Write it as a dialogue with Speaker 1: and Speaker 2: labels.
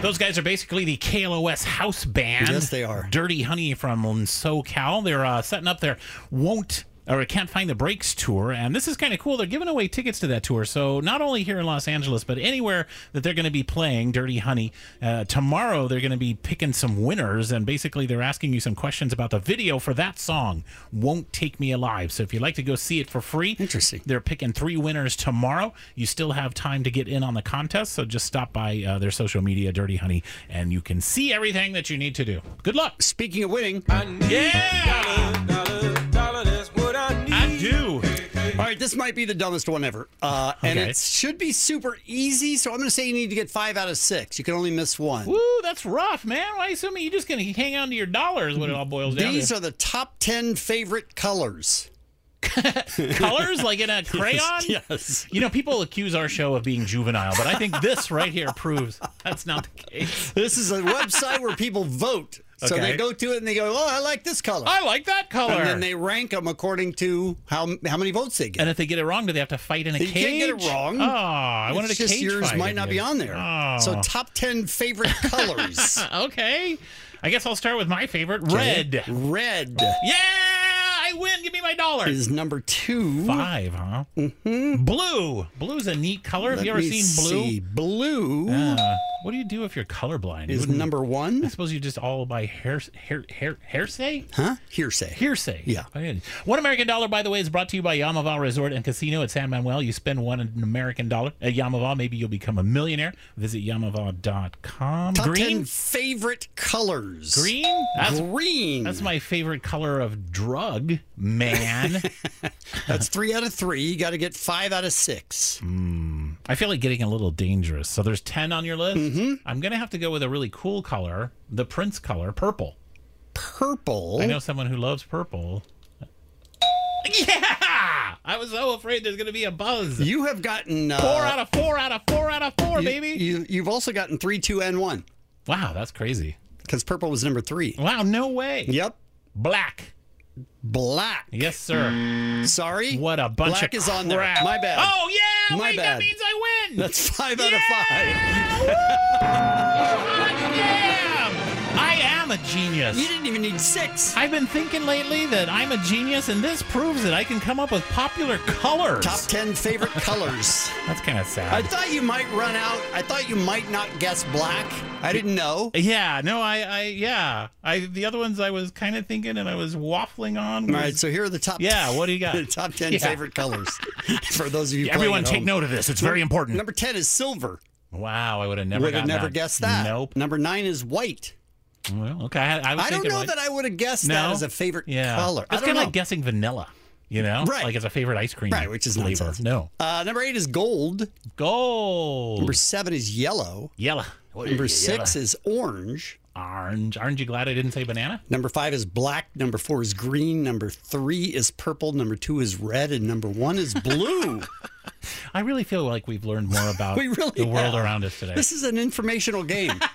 Speaker 1: Those guys are basically the KLOS house band.
Speaker 2: Yes, they are.
Speaker 1: Dirty Honey from SoCal. They're uh, setting up their Won't or Can't Find the Breaks tour. And this is kind of cool. They're giving away tickets to that tour. So not only here in Los Angeles, but anywhere that they're going to be playing Dirty Honey. Uh, tomorrow, they're going to be picking some winners. And basically, they're asking you some questions about the video for that song, Won't Take Me Alive. So if you'd like to go see it for free,
Speaker 2: Interesting.
Speaker 1: they're picking three winners tomorrow. You still have time to get in on the contest. So just stop by uh, their social media, Dirty Honey, and you can see everything that you need to do. Good luck.
Speaker 2: Speaking of winning,
Speaker 1: Yeah! I do.
Speaker 2: all right, this might be the dumbest one ever, uh, and
Speaker 1: Okay.
Speaker 2: it should be super easy. So I'm going to say you need to get five out of six. You can only miss one.
Speaker 1: Woo, that's rough, man. Why assuming you're just going to hang on to your dollars when it all boils down
Speaker 2: These
Speaker 1: to
Speaker 2: are the top ten favorite colors.
Speaker 1: colors, like in a crayon?
Speaker 2: Yes.
Speaker 1: You know, people accuse our show of being juvenile, but I think this right here proves that's not the case.
Speaker 2: This is a website where people vote. So
Speaker 1: Okay.
Speaker 2: they go to it and they go, "Oh, I like this color,"
Speaker 1: I like that color.
Speaker 2: and then they rank them according to how how many votes they get.
Speaker 1: And if they get it wrong, do they have to fight in a
Speaker 2: You
Speaker 1: cage?
Speaker 2: can't get it wrong.
Speaker 1: Oh, I wanted a
Speaker 2: it's just
Speaker 1: cage
Speaker 2: yours
Speaker 1: fight, I
Speaker 2: might not be
Speaker 1: guess.
Speaker 2: on there.
Speaker 1: Oh.
Speaker 2: So top ten favorite colors.
Speaker 1: okay. I guess I'll start with my favorite, red.
Speaker 2: Red
Speaker 1: Yeah, I win. Give me my dollar.
Speaker 2: is number two.
Speaker 1: Five, huh? Mm-hmm. Blue. Blue's a neat color. Have
Speaker 2: Let
Speaker 1: you ever
Speaker 2: me
Speaker 1: seen
Speaker 2: see.
Speaker 1: blue?
Speaker 2: Blue
Speaker 1: Uh, what do you do if you're colorblind? You
Speaker 2: is
Speaker 1: wouldn't-
Speaker 2: number one.
Speaker 1: I suppose you just all by hair, hair, hair, hearsay.
Speaker 2: Huh? Hearsay.
Speaker 1: hearsay.
Speaker 2: Yeah.
Speaker 1: Go ahead. One American dollar, by the way, is brought to you by Yamaval Resort and Casino at San Manuel. You spend one American dollar at Yamaval, maybe you'll become a millionaire. Visit yamaval.com.
Speaker 2: top ten
Speaker 1: green,
Speaker 2: favorite colors.
Speaker 1: green. That's
Speaker 2: Green.
Speaker 1: that's my favorite color of drug, man.
Speaker 2: That's three out of three. You got to get five out of six.
Speaker 1: Mm. I feel like getting a little dangerous. So there's ten on your list.
Speaker 2: Mm-hmm.
Speaker 1: I'm gonna have to go with a really cool color, the Prince color, purple.
Speaker 2: Purple.
Speaker 1: I know someone who loves purple. Yeah, I was so afraid there's gonna be a buzz.
Speaker 2: You have gotten uh,
Speaker 1: Four out of four out of four out of four,
Speaker 2: you,
Speaker 1: baby.
Speaker 2: You, you've also gotten three, two, and one
Speaker 1: wow, that's crazy.
Speaker 2: because purple was number three.
Speaker 1: Wow, no way.
Speaker 2: Yep.
Speaker 1: Black.
Speaker 2: Black.
Speaker 1: Yes, sir.
Speaker 2: Sorry.
Speaker 1: What a bunch
Speaker 2: Black
Speaker 1: of
Speaker 2: is on there.
Speaker 1: crap.
Speaker 2: My bad.
Speaker 1: Oh yeah,
Speaker 2: My
Speaker 1: wait,
Speaker 2: bad.
Speaker 1: that means I win.
Speaker 2: That's five out of five.
Speaker 1: yeah! Woo! Hot damn! I am a genius.
Speaker 2: You didn't even need six.
Speaker 1: I've been thinking lately that I'm a genius, and this proves that I can come up with popular colors.
Speaker 2: Top ten favorite colors.
Speaker 1: That's kind of
Speaker 2: I
Speaker 1: sad.
Speaker 2: thought you might run out. I thought you might not guess black. I didn't know.
Speaker 1: yeah, no, I, I, yeah, I. The other ones I was kind of thinking, and I was waffling on.
Speaker 2: All
Speaker 1: was-
Speaker 2: right, so here are the top.
Speaker 1: Yeah, what do you got?
Speaker 2: The top ten
Speaker 1: Yeah.
Speaker 2: favorite colors for those of you. playing
Speaker 1: Everyone,
Speaker 2: at
Speaker 1: take
Speaker 2: home.
Speaker 1: note of this. It's very important.
Speaker 2: Number ten is silver.
Speaker 1: Wow, I would have never
Speaker 2: would have
Speaker 1: gotten
Speaker 2: never
Speaker 1: that.
Speaker 2: guessed that.
Speaker 1: Nope.
Speaker 2: Number nine is white.
Speaker 1: Well, okay. I, I, was
Speaker 2: I don't
Speaker 1: thinking
Speaker 2: know
Speaker 1: like,
Speaker 2: that I would have guessed that
Speaker 1: no?
Speaker 2: as a favorite
Speaker 1: yeah.
Speaker 2: color. I
Speaker 1: It's
Speaker 2: don't
Speaker 1: kind
Speaker 2: know.
Speaker 1: of like guessing vanilla. You know,
Speaker 2: Right.
Speaker 1: Like it's a favorite ice cream,
Speaker 2: Right, which is
Speaker 1: flavor.
Speaker 2: nonsense.
Speaker 1: No,
Speaker 2: uh, number eight is gold.
Speaker 1: gold,
Speaker 2: Number seven is yellow.
Speaker 1: yellow,
Speaker 2: Number six is orange.
Speaker 1: orange. Aren't you glad I didn't say banana?
Speaker 2: Number five is black. Number four is green. Number three is purple. Number two is red. And number one is blue.
Speaker 1: I really feel like we've learned more about
Speaker 2: We really
Speaker 1: the world
Speaker 2: have.
Speaker 1: around us today.
Speaker 2: this is an informational game.